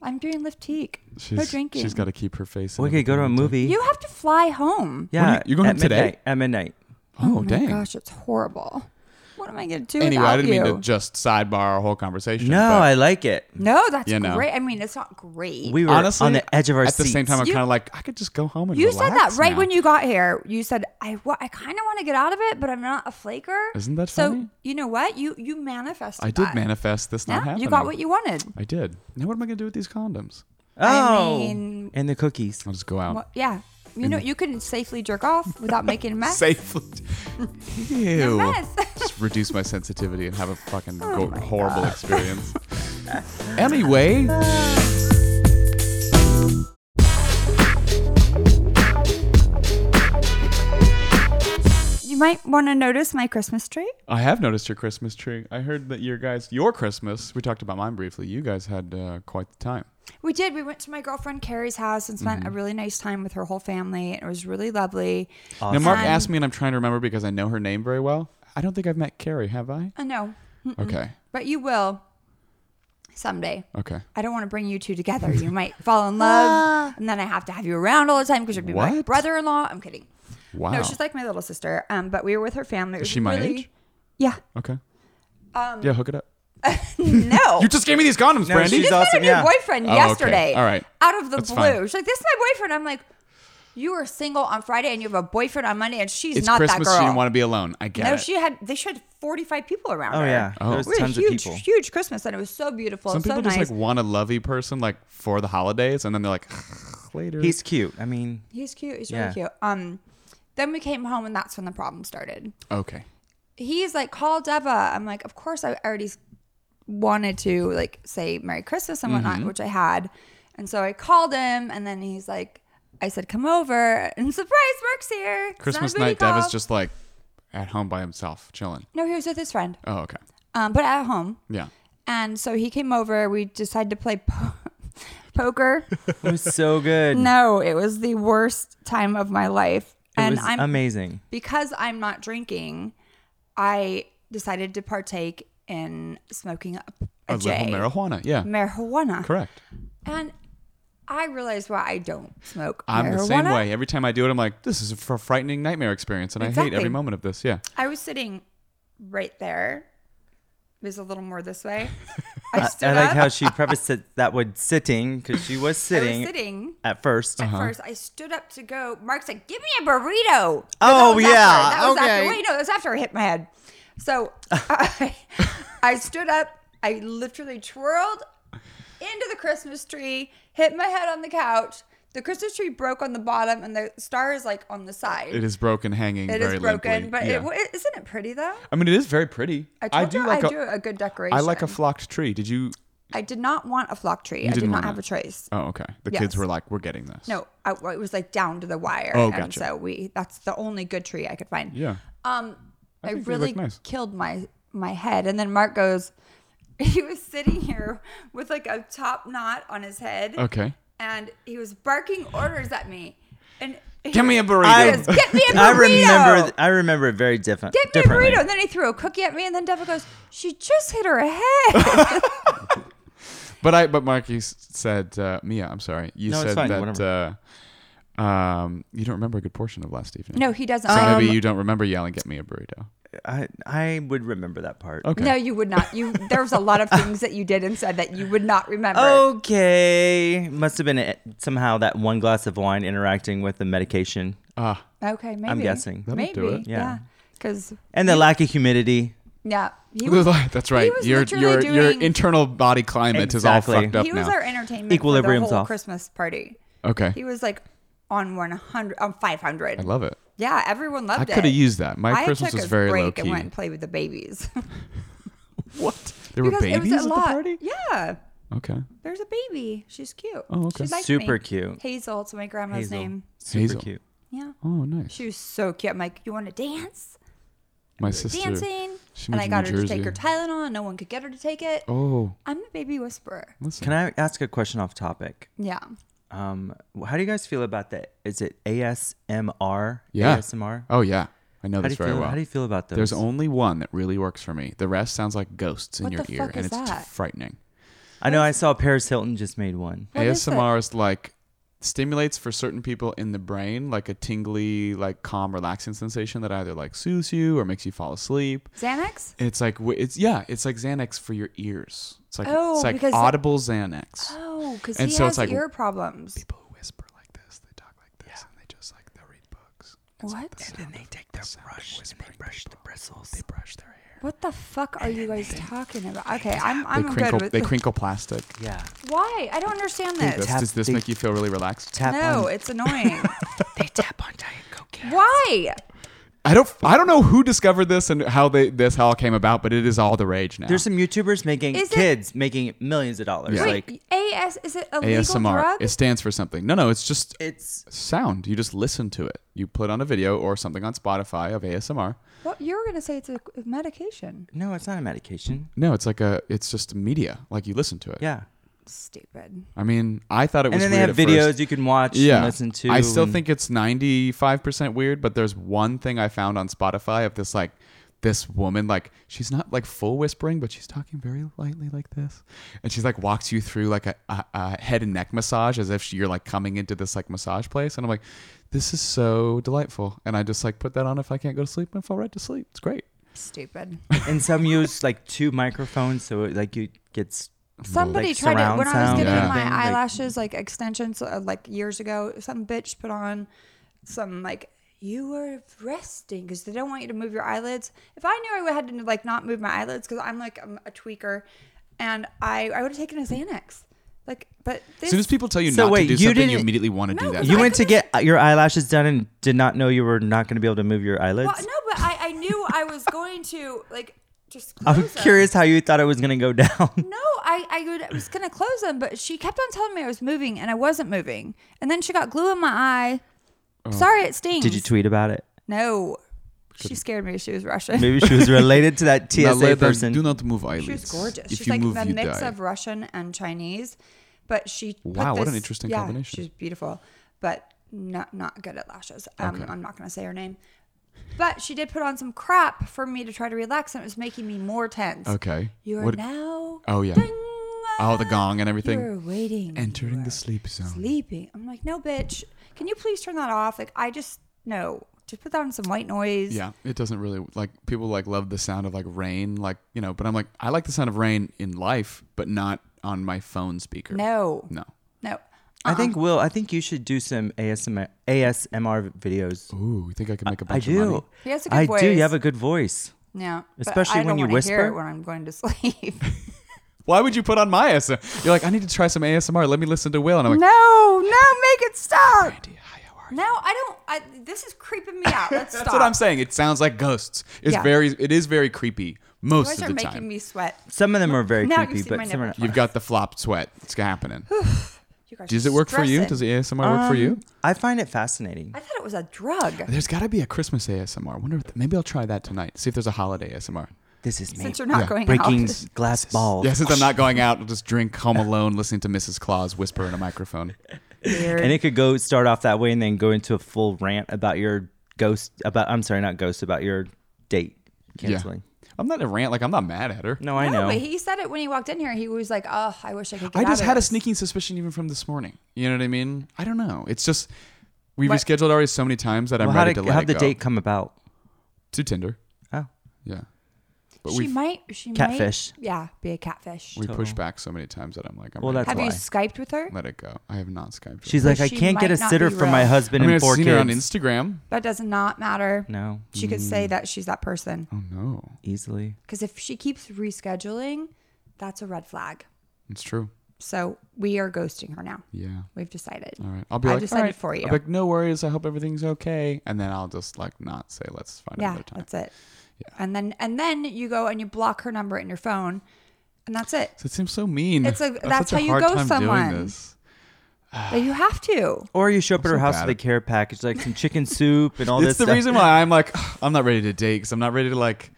I'm doing Liftique. No
She's,
drinking.
she's got to keep her face.
We could go to a movie.
You have to fly home.
yeah,
you- you're going
at
home today?
midnight- At midnight.
Oh,
Oh my
dang.
gosh, it's horrible. What am I gonna do
Anyway,
without
I didn't
you?
mean to just sidebar our whole conversation.
No,
but
I like it.
no, that's
You know.
great. I mean, it's not great.
We were
honestly
on the edge of our
At the same
seats.
time, I'm
You-
kind of like I could just go home and
you
relax
said that right
now.
when you got here. You said I, wa- I kind of want to get out of it, but I'm not a flaker.
Isn't that
so?
funny?
You know what? You you manifested.
I did
that.
manifest this not
Yeah,
happening.
you got what you wanted.
I did. Now what am I going to do with these condoms?
Oh,
mean-
and the cookies.
I'll just go out
Well, yeah, you know you can safely jerk off
[laughs]
without making a mess.
safely.
[laughs]
Ew.
mess. [laughs] Oh
just reduce my sensitivity and have a fucking go-
[laughs]
horrible experience. anyway,
You might want to notice my Christmas tree.
I have noticed your Christmas tree. I heard that your guys, your Christmas. We talked about mine briefly. You guys had uh, quite the time.
We did. We went to my girlfriend Carrie's house and
Mm-hmm.
spent a really nice time with her whole family. and It was really lovely.
Now, Mark
Um,
asked me, and I'm trying to remember because I know her name very well. I don't think I've met Carrie, have I?
I know,
Okay.
but you will someday.
Okay.
I don't want to bring you two together. You might [laughs] fall in love, and then I have to have you around all the time because you'd be my
What?
brother-in-law. I'm kidding.
Wow.
No, she's like my little sister. Um, but we were with her family. It was
she my
really-
age? [laughs]
Yeah.
okay.
um,
yeah, hook it up.
No.
You just gave me these condoms,
No,
Brandy.
she's
I
awesome.
had a new
Yeah.
boyfriend
Oh, okay.
yesterday.
All right.
Out of the
That's
blue.
fine.
She's like, this is my boyfriend. I'm like, you were single on Friday and you have a boyfriend on Monday and she's
it's
not
Christmas.
that
She
girl.
didn't want to be alone. I get
no,
it.
she had, they should had 45 people around
Oh
her.
yeah,
Oh.
there's
It was a
tons of
huge,
people.
huge Christmas and it was so beautiful.
Some
and so
people
nice.
just like want a lovey person like for the holidays, and then they're like later.
He's cute. I mean,
he's cute. He's
Yeah.
really cute. Um, Then we came home and that's when the problem started.
okay.
he's like, call Deva. I'm like, of course, I already wanted to like say Merry Christmas and whatnot,
Mm-hmm.
which I had. And so I called him, and then he's like, I said, come over, and [laughs] surprise, Mark's here. It's not a
Christmas
booty
night, Dev
call.
is just like at home by himself, chilling.
no, he was with his friend,
Oh, okay.
um, but at home.
Yeah.
And so he came over. We decided to play po- [laughs]
[laughs]
poker.
it was so good.
no, it was the worst time of my life,
it
and
was
I'm
amazing.
because I'm not drinking. I decided to partake in smoking a, a,
A little
J.
marijuana. Yeah.
marijuana.
Correct.
And I realize why I don't smoke
I'm
marijuana.
the same way. Every time I do it, I'm like, this is a fr- frightening nightmare experience, and I hate every
Exactly.
moment of this. Yeah.
I was sitting right there. There's a little more this way. I stood
I like
up.
how she prefaced it that with sitting because she was
I
sitting,
was sitting.
at 1st
Uh-huh.
At first, I stood up to go. Mark's like, "Give me a burrito." No,
Oh,
that was
yeah.
after. That was
Okay.
After. Wait, no, that was after I hit my head. So I, I stood up. I literally twirled into the Christmas tree, hit my head on the couch. The Christmas tree broke on the bottom, and the star is like on the side.
It is broken, hanging.
It
very
is broken,
limply.
but
yeah.
it, it, isn't it pretty though?
I mean, it is very pretty.
I told
do
you
like
I
a.
do a good decoration.
I like a flocked tree. Did you?
I did not want a flock tree. I did
didn't
not
want
have
it.
a choice.
Oh, okay. The
Yes.
kids were like, "We're getting this."
No, I, well, it was like down to the wire,
Oh,
and
gotcha.
so we that's the only good tree I could find.
Yeah.
Um, I,
think they
really
look nice.
killed my my head, and then Mark [laughs] goes. He was sitting here with like a top knot on his head,
Okay.
and he was barking orders at me. And he
Give me a
was-
burrito.
he goes,
[laughs]
Get me a burrito.
I remember. th- I remember it very different.
Get me a
differently.
burrito. And then he threw a cookie at me. And then Devin goes, She just hit her head. [laughs]
But I, but Mark, you s- said, uh, Mia, I'm sorry. You
No, it's
said
fine,
that uh, um, you don't remember a good portion of last evening.
no, he doesn't.
So maybe
Um,
you don't remember yelling, get me a burrito.
I I would remember that part.
Okay.
No, you would not. You there's a lot of things that you did and said that you would not remember.
Oh,
Okay. Must have been it, somehow that one glass of wine interacting with the medication
Ah,
okay, maybe.
guessing. That'll
Maybe,
do it.
Yeah.
yeah, because
and the lack of humidity.
yeah, he was,
[laughs] that's right.
was
Your
literally
your your
doing-
internal body climate is all
Exactly.
fucked up
he was
now.
our entertainment Equilibrium's
Equilibrium's
for the whole
off.
Christmas party.
okay,
He was like on 100, on 500.
I love it.
yeah, everyone loved
I
it.
could have used that. My
I
Christmas
took
was
a
very
break
low key.
and went and played with the babies.
What? There
[laughs]
were
Because it
babies
was a
at the
lot.
party.
Yeah,
Okay.
there's a baby. She's cute.
Oh, okay.
She liked
Super
me.
cute.
Hazel, it's my grandma's
Hazel.
name.
Super
Hazel.
cute.
Yeah,
Oh, nice.
she was so cute. I'm like, you want to dance?
My sister.
dancing.
she
And
moved
I
to
got
New
her to take
Jersey.
her Tylenol, and no one could get her to take it.
Oh,
I'm the baby whisperer.
listen.
Can I ask a question off topic?
Yeah.
Um, how do you guys feel about that? Is it ASMR?
Yeah.
ASMR.
Oh yeah, I know
how do you
this very
feel?
well.
How do you feel about those?
There's only one that really works for me. The rest sounds like ghosts in
What
your
the
ear,
fuck
and
is
it's
that?
frightening.
I know. I saw Paris Hilton just made one.
What is
ASMR is, like stimulates for certain people in the brain like a tingly, like calm, relaxing sensation that either like soothes you or makes you fall asleep.
Xanax?
It's like w- it's yeah, it's like Xanax for your ears. It's like
Oh,
it's like
because-
audible Xanax.
Oh, because
And
he
so
has
it's like-
ear problems.
People whisper like this. They talk like this, and they just like they read books.
What?
And they take their brush and they brush the bristles. They brush their hair.
What the fuck are you guys talking about? Okay, I'm
They
I'm
crinkle.
good with
they crinkle [laughs] plastic.
Yeah.
Why? I don't understand
Does,
this.
tap-
does this
they-
make you feel really relaxed?
Tap
No,
on.
it's
[laughs]
annoying.
They tap on Diet Coke. cans.
Why?
I don't I don't know who discovered this and how they this how it came about, but it is all the rage now.
There's some YouTubers making
Is it-
kids making millions of dollars.
Yeah.
Wait,
Like
AS is it a legal
ASMR.
drug?
It stands for something. No, no, it's just
it's
sound. You just listen to it. You put on a video or something on Spotify of ASMR.
Well, you were gonna say it's a medication.
no, it's not a medication.
No, it's like a it's just media. Like you listen to it.
Yeah.
Stupid.
I mean, I thought it was
And then they
weird
have
at
videos
first.
you can watch
Yeah.
and listen to.
I still
and-
think it's 95% weird, but there's one thing I found on Spotify of this like this woman like she's not like full whispering but she's talking very lightly like this and she's like walks you through like a, a, a head and neck massage as if she, you're like coming into this like massage place and i'm like this is so delightful and i just like put that on if i can't go to sleep and fall right to sleep it's great
[laughs]
Stupid.
[laughs] and some use like two microphones, so it, like you gets.
Somebody
Like
tried it
surround
when I was
sound
getting
kind of
my
thing, like-
eyelashes like extensions uh, like years ago. Some bitch put on some like you were resting because they don't want you to move your eyelids. If I knew I had to like not move my eyelids because I'm like I'm a tweaker, and I I would have taken a Xanax. Like, but this,
as soon as people tell you
So
not
wait,
to do
you
something you
didn't-
immediately want to
No,
do that
because
You
I
went to
couldn't-
get your eyelashes done and did not know you were not going to be able to move your eyelids.
well, no, but I I knew I was going to like just.
[laughs] I'm
close them.
curious how you thought it was going to go [laughs] down.
No, I, I would, I was gonna close them, but she kept on telling me I was moving, and I wasn't moving. And then she got glue in my eye.
Oh.
Sorry, it stings.
Did you tweet about it?
No. She scared me. She was Russian.
Maybe she was related
[laughs]
to that
Now,
TSA
Leda,
person.
do not move eyelids
She was gorgeous.
if
She's
you
like
move
the
you
mix
die.
of Russian and Chinese, but she. put
Wow, what an
this-
interesting
yeah,
combination.
She's beautiful, but not not good at lashes. Um, I'm not gonna say her name, but she did put on some crap for me to try to relax, and it was making me more tense.
okay
You are
What-
now.
Oh, yeah.
Ding,
Oh, the gong and everything.
You're waiting.
entering
You
the
are
sleep zone
sleeping. I'm like, no, bitch. Can you please turn that off? Like, I just no. Just put that on some white noise.
Yeah, it doesn't really like people like love the sound of like rain, like you know. But I'm like, I like the sound of rain in life, but not on my phone speaker.
No.
no.
No.
I think Will, I think you should do some ASMR ASMR videos.
Ooh, you think I can make a
I
bunch of money?
do.
He has a
I
good
do. You
voice.
have a good voice.
Yeah, but
Especially
I don't
when you
wanna hear it
whisper.
when I'm going to sleep. [laughs]
Why would you put on my ASMR? You're like, I need to try some ASMR. Let me listen to Will, and I'm like,
no, no, make it stop.
"Andy, hi, how are you?"
No, I don't. I, this is creeping me out. Let's stop.
[laughs] That's what I'm saying. It sounds like ghosts. It's
Yeah.
very, it is very creepy
You
most
guys
of
are
the
making
time.
me sweat.
Some of them are very
Now you
creepy,
see my
but some are
nipple.
not.
You've got the flop sweat. It's happening.
You guys
Does
are
it work for
stressing.
you?
Um,
Does the ASMR work for you?
I find it fascinating.
I thought it was a drug.
[laughs]
[laughs]
There's got to be a Christmas ASMR. I wonder. If, maybe I'll try that tonight. See if there's a holiday ASMR.
This is me.
Since you're not
Yeah.
going
[laughs] breaking
out.
glass balls.
Yeah, since I'm not going out, I'll just drink
[laughs]
Home Alone, listening to Mrs. Claus whisper in a microphone.
Weird.
And it could go start off that way and then go into a full rant about your ghost about I'm sorry, not ghost, about your date canceling.
Yeah. I'm not a rant. Like I'm not mad at her.
No, I
no,
know.
but he said it when he walked in here. He was like, "Oh, I wish I could." Get
I
out
just
of
had a
this."
sneaking suspicion even from this morning. You know what I mean? I don't know. It's just we've
What-
rescheduled already so many times that
well,
I'm
how
ready
did
to let
how
it
the
go.
date come about?
to Tinder.
Oh.
Yeah, but
She
we've
might. She
Catfish.
Might, yeah, be a catfish.
we pushed back so many times that I'm like, I'm
Well,
ready
that's
Have
to
you
why.
skyped with her?
let it go. I have not Skyped. her.
She's
But
like, I
she
can't get
might
a
not
sitter
be
for
real.
my
I
husband
mean,
and
I've
four
seen her on
kids.
Instagram.
That does not matter.
No,
She could say that she's that person.
Mm. Oh no,
easily.
Because if she keeps rescheduling, that's a red flag.
it's true.
So we are ghosting her now.
Yeah.
We've decided.
All right. I'll be
I
like,
decided
all right.
for you.
I'll be like, no worries. I hope everything's okay. And then I'll just like not say, let's find
yeah,
another time.
that's it. And then and then you go and you block her number in your phone, and that's it.
[sighs] So it seems so mean.
It's like-
I have
that's
such a
how you
hard
ghost
time
someone.
Doing this.
But you have to.
Or you show up at her
so
house
bad
with a
at-
care package, like some chicken soup and all
it's
this
the
stuff.
reason why I'm like, [sighs] I'm not ready to date because I'm not ready to like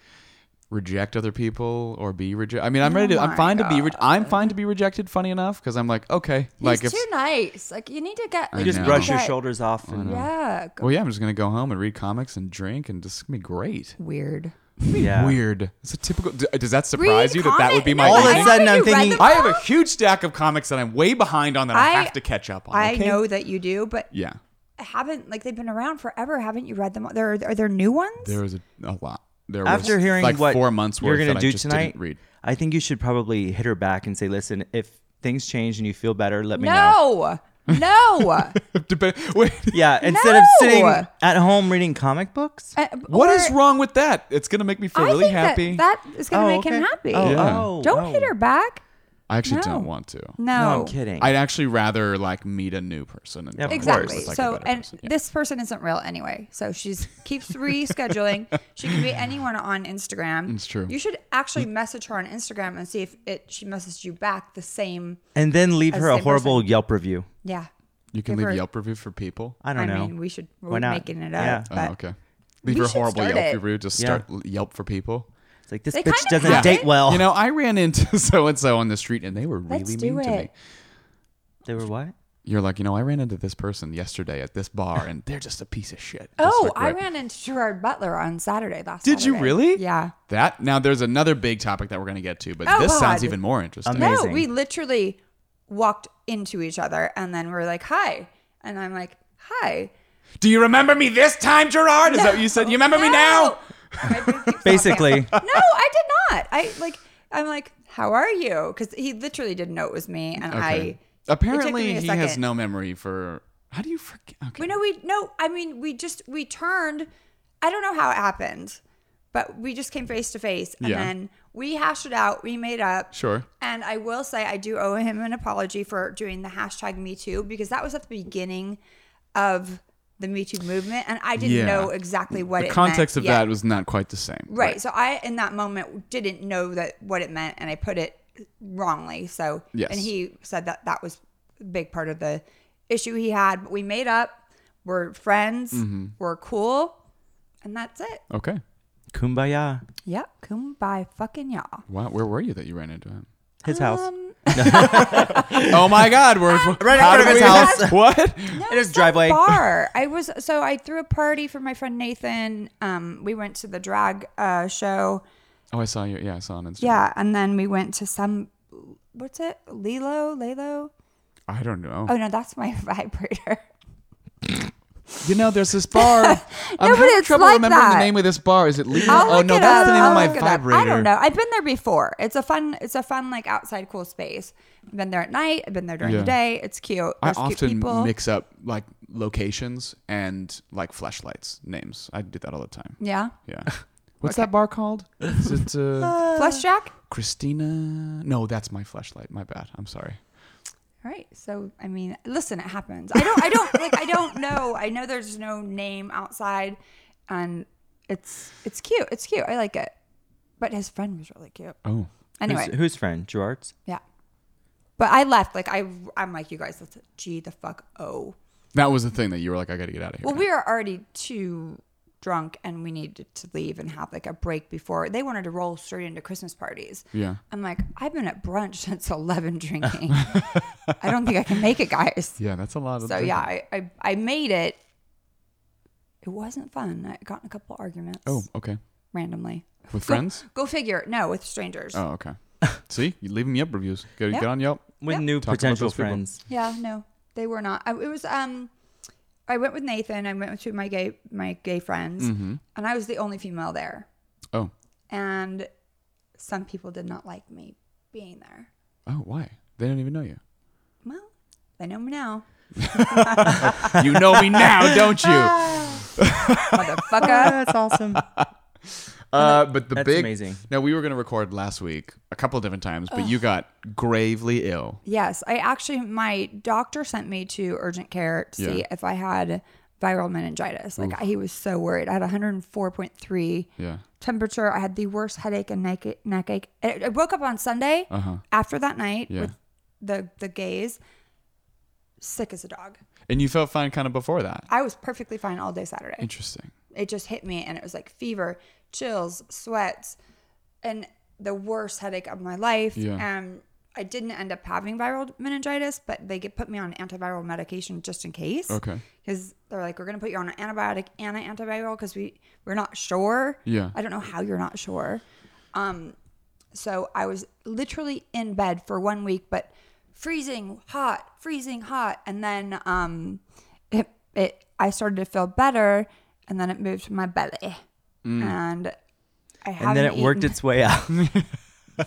reject other people or be rejected. I mean, I'm ready to. I'm
Oh my
fine to be. Re- I'm fine to be rejected. Funny enough, because I'm like, okay, like
He's
if.
too nice. Like you need to get.
I
Like,
Just
you
know.
need
brush
to
your
get-
shoulders off. And,
Yeah. go-
Well, yeah, I'm just gonna go home and read comics and drink and just it's gonna be great.
Weird.
yeah.
Weird. It's a typical. d- Does that surprise
Read
you that that would be my?
comic-
All of a
evening?
Haven't
sudden I'm
you read
thinking-
them
I have
all?
a huge stack of comics that I'm way behind on that I,
I-
have to catch up on.
I
okay?
know that you do, but
Yeah,
haven't like they've been around forever. Haven't you read them? all? There are, are there new ones?
there was a, a lot. There
After
was
hearing
like
what
four months
you're
worth
gonna
that I
do
just
tonight,
didn't read.
I think you should probably hit her back and say, "Listen, if things change and you feel better, let me know."
no. [laughs] No. Uh,
[laughs] Dep- Wait,
Yeah, instead of sitting
No.
at home reading comic books.
Uh,
what
or-
is wrong with that? It's gonna make me feel
I
really
think
happy.
That, that is going to make him
okay.
happy.
Oh,
Yeah.
oh,
Don't
oh.
hit her back.
I actually
No.
don't want to.
No.
No, I'm kidding.
I'd actually rather like meet a new person. And go,
Yeah, of
"Wow, this
Exactly.
looks like a
so,
better
and
person." Yeah.
this person isn't real anyway. So she's keeps rescheduling. she can be anyone on Instagram.
It's true.
You should actually message her on Instagram and see if it she messaged you back the same.
and then leave
As
her a
same
horrible Yelp review.
Yeah.
you can
give
leave
her-
Yelp review for people.
I
I,
don't know.
mean, we should.
Why
We're
not?
making it
Yeah.
up.
Oh,
But
okay. Leave your
should
horrible
start
Yelp
it.
review. Just
Yeah.
start l- Yelp for people.
it's like this
They
bitch
kinda
doesn't
have
date
it.
well.
You know, I ran [laughs] into so and so on the street, and they were really
Let's
mean
do
to me.
it.
they were what?
You're like, you know, I ran into this person yesterday at this bar, and they're just a piece of shit. Just
Oh,
like
I
that.
ran into Gerard Butler on Saturday last.
Did you
Saturday.
really?
Yeah.
That now there's another big topic that we're gonna get to, but
Oh,
this sounds
God.
even more interesting.
Amazing.
No, we literally walked into each other and then we're like, hi. And I'm like, hi.
Do you remember me this time, Gerard? Is that what you said? You remember
No.
me
[laughs]
now?
My brain keeps [laughs]
Basically,
stopping. No, I did not. I like, I'm like, how are you? Because he literally didn't know it was me. And I. it took
Apparently,
me a
he has
second.
no memory for. How do you forget? Okay.
We know we, no, I mean, we just, we turned. I don't know how it happened, but we just came face to face. And
Yeah.
then we hashed it out. We made up.
Sure.
And I will say I do owe him an apology for doing the hashtag Me Too because that was at the beginning of the Me Too movement, and I didn't
Yeah.
know exactly what
the
it
context
meant
of
yet.
that was not quite the same.
right. So I, in that moment, didn't know that what it meant, and I put it wrongly. So
Yes.
and he said that that was a big part of the issue he had. But we made up. We're friends.
Mm-hmm.
We're cool, and that's it.
Okay.
kumbaya.
Yeah, kumbaya, fucking y'all.
Wow. Where were you that you ran into him?
His
Um,
house.
[laughs] oh my God. We're
Ah,
Right in
how
front of
did
his
we- [laughs]
[laughs]
house.
What?
No,
It is
some
[laughs]
driveway.
Bar. I was so I threw a party for my friend Nathan. Um, we went to the drag uh, show.
Oh, I saw you. Yeah, I saw on Instagram.
Yeah, and then we went to some. What's it? Lilo, Lalo.
I don't know.
Oh no, that's my [laughs] vibrator.
You know, there's
[laughs]
this bar. I'm
but
having
it's
trouble
like
remembering
that.
the name of this bar. Is it Leo?
I'll
Oh
look
no,
it
that's
up.
the name
I'll
of my
look it up.
vibrator.
I don't know. I've been there before. It's a fun. It's a fun like outside cool space. I've been there at night. I've been there during
Yeah.
the day. It's cute. There's
I
cute people.
often mix up like locations and like flashlights names. I do that all the time.
yeah.
Yeah. [laughs] What's that bar called? Is [laughs] it uh,
Flush Jack.
Christina? No, that's my flashlight. My bad. I'm sorry.
All right. So I mean, listen, it happens. I don't I don't like I
[laughs]
don't know. I know there's no name outside and it's it's cute. It's cute. I like it. But his friend was really cute.
Oh,
Anyway,
Who's, whose friend? Gerard's.
yeah. But I left. Like I I'm like, you guys, let's gee the fuck oh.
that was the thing that you were like, I got to get out of here.
Well, we are already two drunk and we needed to leave and have like a break before they wanted to roll straight into Christmas parties.
Yeah.
I'm like, I've been at brunch [laughs] since 11
[laughs]
drinking. I don't think I can make it, guys.
Yeah, that's a lot of.
So
drinking.
yeah, I, I I made it. It wasn't fun. I got in a couple arguments.
Oh, okay.
randomly. [laughs]
With friends?
Go figure. No, with strangers.
Oh, okay. See, you leaving Yelp reviews. Go
Yeah.
get on Yelp.
with
Yep.
new
Talk about
potential
those people.
[laughs]
friends.
Yeah, no, they were not. I, it was um, I went with Nathan. I went with two of my gay my gay friends,
Mm-hmm.
and I was the only female there.
Oh,
And some people did not like me being there.
oh, why? They don't even know [laughs] you.
Well, they know me
[laughs]
now,
You know me now, don't you?
[laughs] motherfucker.
that's awesome.
Uh, but the
That's
big.
amazing.
Now we were gonna record last week a couple of different times, but you got gravely ill.
yes, I actually my doctor sent me to urgent care to see
Yeah.
if I had viral meningitis. Like he was so worried. I had 104.3.
Yeah.
temperature. I had the worst headache and neck neck ache. I I woke up on Sunday after that night
Uh-huh. Yeah.
with the the gaze, sick as a dog.
And you felt fine kind of before that.
I was perfectly fine all day Saturday.
Interesting.
It just hit me, and it was like fever, chills, sweats, and the worst headache of my life.
Yeah.
Um, I didn't end up having viral meningitis, but they get, put me on antiviral medication just in case.
Okay.
Because they're like, we're gonna put you on an antibiotic and an antiviral because we we're not sure.
Yeah.
I don't know how you're not sure. Um, so I was literally in bed for one week, but freezing hot, freezing hot, and then um, it it I started to feel better, and then it moved to my belly, and I
And then it worked its way out.
[laughs]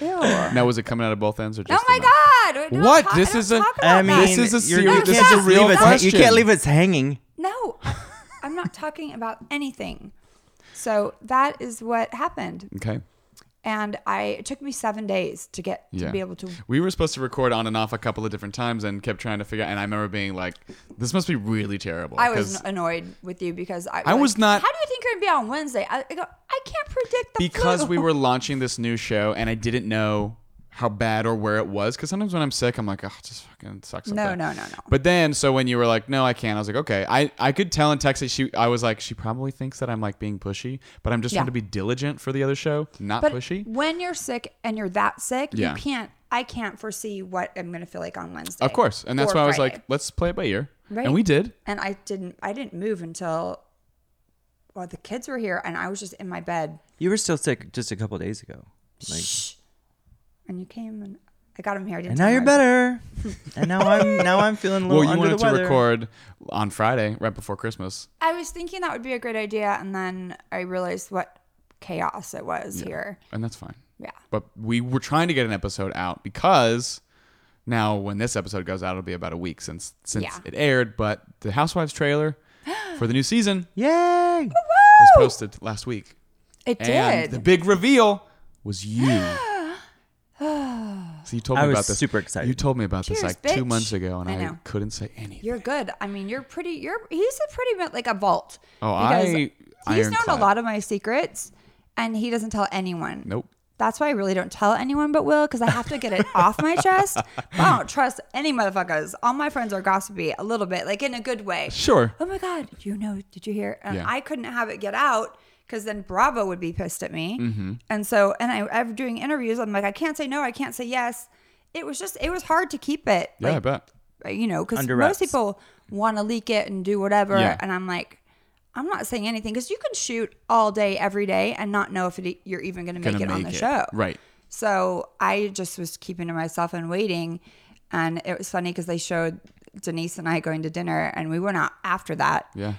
Oh
Now was it coming out of both ends or just?
my
the mouth?
god! We don't
What?
talk-
This
I don't
is a-
talk
I
about
mean,
that.
This is a
you're-
serious-
you
this
can't
is a
just
real
leave us-
question.
You can't leave us hanging.
No, I, I'm not talking about anything. So that is what happened,
Okay.
and I it took me seven days to get to be able to.
We were supposed to record on and off a couple of different times and kept trying to figure out. And I remember being like, "This must be really terrible."
I was
'cause-
annoyed with you because I.
I was not-
How do you think you're gonna be on Wednesday? I, I go. I can't predict the
because
flu."
we were launching this new show and I didn't know how bad or where it was. Because sometimes when I'm sick, I'm like, "Oh, it just fucking sucks." up
No,
there."
no, no, no.
But then, so when you were like, "No, I can't," I was like, "Okay." I I could tell in text that she. I was like, she probably thinks that I'm like being pushy, but I'm just
Yeah.
trying to be diligent for the other show, not
[laughs] But
pushy.
when you're sick and you're that sick,
Yeah.
you can't. I can't foresee what I'm gonna feel like on Wednesday.
Of course, and that's
or
why I was
Friday.
like, "Let's play it by ear,"
Right.
and we did.
and I didn't. I didn't move until. Well, the kids were here, and I was just in my bed.
You were still sick just a couple days ago. Like,
Shh. And you came and I got him here. I didn't
and
tell
now
him
you're
I was- [laughs]
better. and now I'm now I'm feeling a
well,
little
you
under
wanted
the
to
weather.
record on Friday, right before Christmas.
I was thinking that would be a great idea, and then I realized what chaos it was here.
and that's fine.
Yeah.
But we were trying to get an episode out because now when this episode goes out, it'll be about a week since since
Yeah.
it aired. But the
[gasps]
Housewives trailer for the new season
[laughs]
Yay!
was posted last week,
It
and
did.
the big reveal was you.
[gasps]
So you told me
I was
about this.
super excited.
You told me about this
Cheers,
like two
bitch.
months ago, and
I
I,
know.
couldn't say anything.
you're good. I mean, you're pretty. You're he's a pretty bit like a vault.
Oh,
because
I-
he's known
ironclad.
a lot of my secrets, and he doesn't tell anyone.
Nope.
That's why I really don't tell anyone but Will because I have to get it [laughs] off my chest. But I don't trust any motherfuckers. All my friends are gossipy a little bit, like in a good way.
Sure.
Oh my God, you know, did you hear? And
Yeah.
I couldn't have it get out because then Bravo would be pissed at me.
Mm-hmm.
And so, and I, I'm doing interviews. I'm like, I can't say no, I can't say yes. It was just, it was hard to keep it.
Yeah, I
like, uh,
bet.
you know, because
Under
most
wraps.
people want to leak it and do whatever.
Yeah.
And I'm like, I'm not saying anything because you can shoot all day, every day, and not know if it, e, you're even going to make
Gonna
it on the
make it.
show.
Right.
So I just was keeping to myself and waiting. And it was funny because they showed Denise and I going to dinner, and we went out after that. [laughs]
Yeah.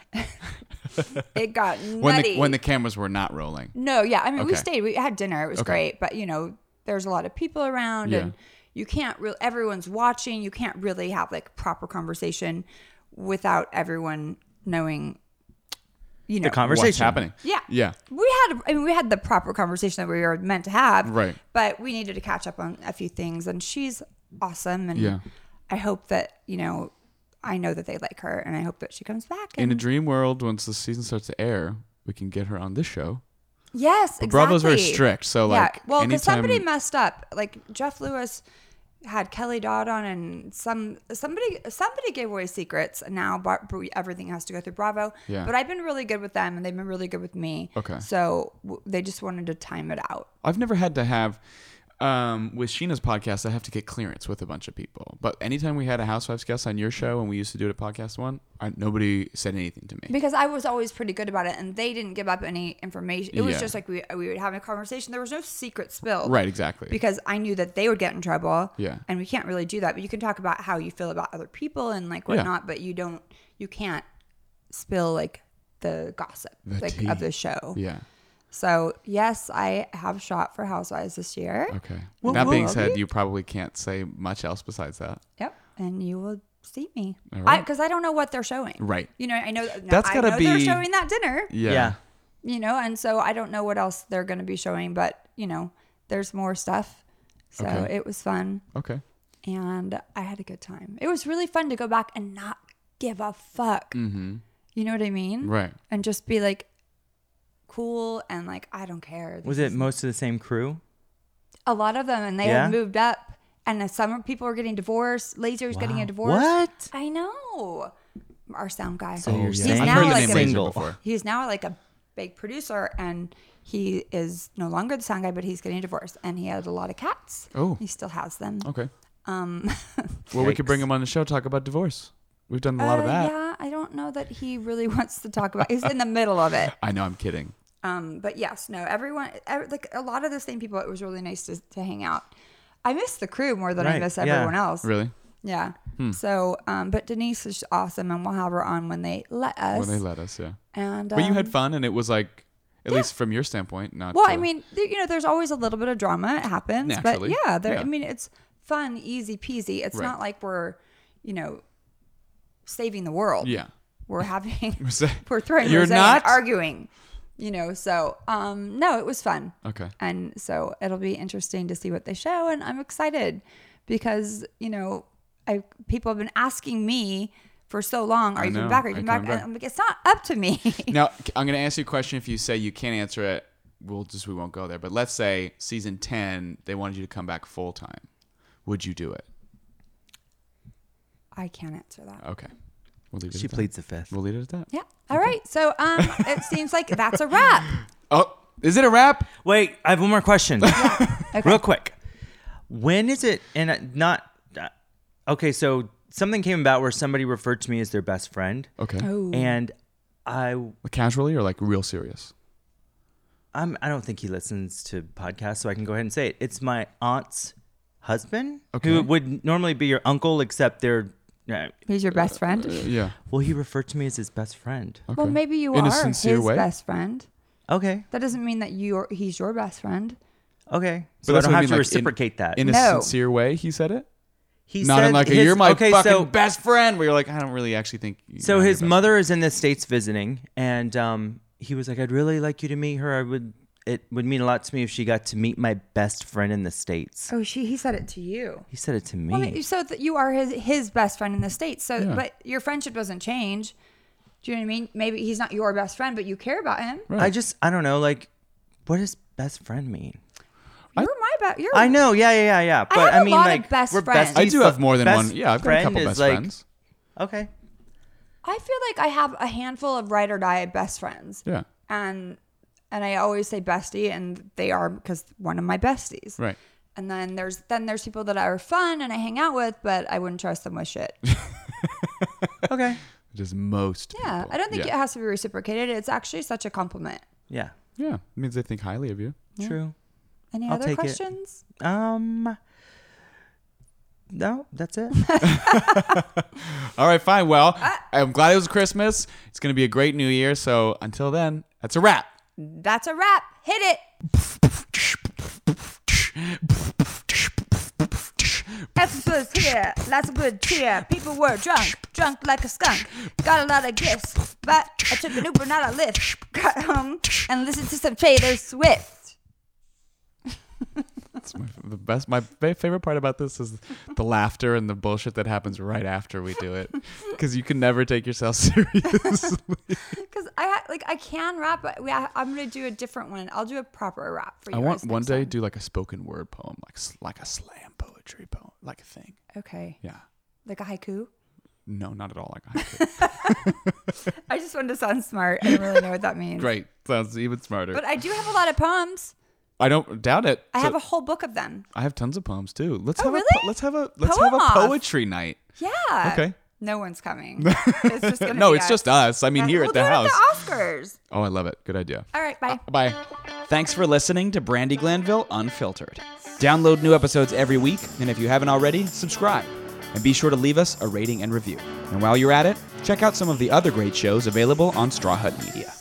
It got nutty.
When the when the cameras were not rolling.
No, yeah. I mean, we
Okay.
stayed. We had dinner. It was great, but you know, there's a lot of people around,
Yeah.
and you can't really. Everyone's watching. You can't really have like proper conversation without everyone knowing. You know,
The conversation
What's happening?
Yeah.
Yeah.
we had. I mean, we had the proper conversation that we were meant to have.
Right.
But we needed to catch up on a few things, and she's awesome, and
Yeah.
I hope that you know. I know that they like her, and I hope that she comes back.
in
And
a dream world, once the season starts to air, we can get her on this show.
yes, exactly.
Bravo's very strict, so like
well, because
anytime,
somebody messed up. Like Jeff Lewis had Kelly Dodd on, and some somebody somebody gave away secrets, and now Bar- Br- everything has to go through Bravo.
Yeah.
But I've been really good with them, and they've been really good with me.
Okay.
So w- they just wanted to time it out.
I've never had to have um, with Sheena's podcast. I have to get clearance with a bunch of people. But anytime we had a Housewives guest on your show, and we used to do it at Podcast One, I, nobody said anything to me.
because I was always pretty good about it, and they didn't give up any information. It was
Yeah.
just like we we would have a conversation. There was no secret spill,
Right, exactly.
Because I knew that they would get in trouble.
Yeah.
and we can't really do that. But you can talk about how you feel about other people and like
Yeah.
whatnot, but you don't you can't spill like the gossip
The
like
tea.
of the show.
yeah.
So yes, I have shot for Housewives this year.
Okay.
Well,
that
well,
being
well,
said, you probably can't say much else besides that.
Yep, and you will see me
All
because
right.
I, don't know what they're showing.
Right.
You know, I know that
That's
I
gotta
know they're
be-
showing that dinner.
Yeah.
Yeah.
you know, and so I don't know what else they're going to be showing, but you know, there's more stuff. So
Okay.
it was fun
Okay.
and I had a good time. It was really fun to go back and not give a fuck.
Mm.
Mm-hmm.
You know what I mean?
Right.
And just be like cool and like, I don't care.
Was it most of the same crew?
A lot of them, and they
Yeah?
had moved up, and then some people were getting divorced. Laser was getting
Wow.
a divorce.
What?
I know. Our sound guy.
So you're
He's
saying-
I've
now
heard the
like
name
a-
Laser
Single.
before.
he's now like a big producer and he is no longer the sound guy but he's getting divorced and he had a lot of cats
Oh.
he still has them
Okay.
Oh.
um [laughs]
Well, we could
Yikes.
bring him on the show talk about divorce. We've done a lot of
uh,
that.
yeah i don't know that he really [laughs] wants to talk about he's in the middle of
[laughs]
it
I know. I'm kidding.
um but yes no everyone ev like a lot of the same people it was really nice to, to hang out i miss the crew more than i
Right,
miss
yeah.
everyone else
Really?
yeah
hmm.
so um but denise is awesome and we'll have her on when they let us
When they let us, yeah.
and
But you
um,
had fun, and it was like, at least from your standpoint, not.
Well, I
to-
mean, th- you know, there's always a little bit of drama. It happens,
Naturally.
but yeah, there.
Yeah.
I mean, it's fun, easy peasy. It's
Right.
not like we're, you know, saving the world.
yeah. [laughs]
we're having
Was that-
we're throwing
You're
You're
not?
arguing, you know. So, um, no, it was fun,
Okay.
and so it'll be interesting to see what they show, and I'm excited because you know, I people have been asking me. For so long, are you
know.
coming back? Are you
Are you
coming back?
coming
And
back?
I'm like, it's not up to me. [laughs]
Now I'm going to ask you a question. If you say you can't answer it, we'll just we won't go there. But let's say season ten, they wanted you to come back full time. Would you do it?
I can't answer that.
Okay. We'll leave it.
She
at that.
pleads the fifth.
We'll leave it at that.
Yeah. All right. So um, it seems like that's a wrap.
[laughs] Oh, is it a wrap?
Wait, I have one more question. [laughs]
Okay.
Real quick. When is it, and uh, not, uh, okay, so something came about where somebody referred to me as their best friend.
Okay.
Oh.
And I,
Casually or like real serious?
I'm, I don't think he listens to podcasts, so I can go ahead and say it. It's my aunt's husband,
Okay.
who would normally be your uncle, except they're, uh,
He's your best friend.
Yeah.
well, he referred to me as his best friend.
Okay.
Well, maybe you
In a
are his
sincere way.
best friend.
Okay.
That doesn't mean that you're he's your best friend.
Okay.
But
So I
that's
don't
what
have
I mean, like,
to
in-
reciprocate that.
In a
No.
sincere way, he said it.
he
Not in
said
like a,
his-
you're my
okay,
fucking
so,
best friend. Where you're like, I don't really actually think. you're
So
my
his
best-
mother is in the states visiting, and um, he was like, "I'd really like you to meet her. I would. It would mean a lot to me if she got to meet my best friend in the states."
Oh, she he said it to you.
He said it to me.
Well, you- so that you are his his best friend in the states. So,
Yeah.
but your friendship doesn't change. Do you know what I mean? Maybe he's not your best friend, but you care about him.
I just, I don't know, like, what does best friend mean?
You're my best. You're
I know, yeah, yeah, yeah, yeah. But I,
have a
mean,
lot of
like,
best
we're
friends.
besties,
I do
but
have more than
best
one. Yeah, I've got a
friend
couple
is,
best
like,
friends.
Okay,
I feel like I have a handful of ride or die best friends,
Yeah.
and and I always say bestie, and they are because one of my besties.
Right.
And then there's then there's people that are fun and I hang out with, but I wouldn't trust them with
[laughs]
shit.
okay,
Just most.
Yeah,
people.
I don't think
Yeah.
it has to be reciprocated. It's actually such a compliment.
yeah,
yeah. It means they think highly of you.
true.
Any
I'll
other
take it.
questions?
Um, no, that's it.
All right, fine. Well, I'm glad it was Christmas. It's going to be a great new year. So until then, that's a wrap.
That's a wrap. Hit it. Episodes here, lots of good cheer. People were drunk, drunk like a skunk. Got a lot of gifts, but I took an Uber, not a Lyft. Got home and listened to some Taylor Swift.
That's my, the best. My fa- favorite part about this is the laughter and the bullshit [laughs] that happens right after we do it, because you can never take yourself seriously.
Because I ha- like I can rap, but we, I, I'm gonna do a different one. I'll do a proper rap for you.
I want
guys
one
next
day
time.
do like a spoken word poem, like s- like a slam poetry poem, like a thing.
Okay,
Yeah.
like a haiku.
No, not at all. Like a haiku.
[laughs] I just wanted to sound smart. I don't really know what that means.
[laughs] great. Sounds even smarter.
But I do have a lot of poems.
I don't doubt it.
I
So-
have a whole book of them.
I have tons of poems too. Let's
Oh,
have a
really?
po- let's have a let's
Poem
have a
off.
poetry night.
Yeah.
Okay.
No one's coming.
[laughs]
It's just gonna
No,
be
it's
us.
just us. I mean,
Yeah,
here
we'll
at the
do
house. Uh,
It at the Oscars.
Oh, I love it. Good idea.
All right. Bye.
Bye.
Thanks for listening to Brandy Glanville Unfiltered. Download new episodes every week, and if you haven't already, subscribe. And be sure to leave us a rating and review. And while you're at it, check out some of the other great shows available on Straw Hut Media.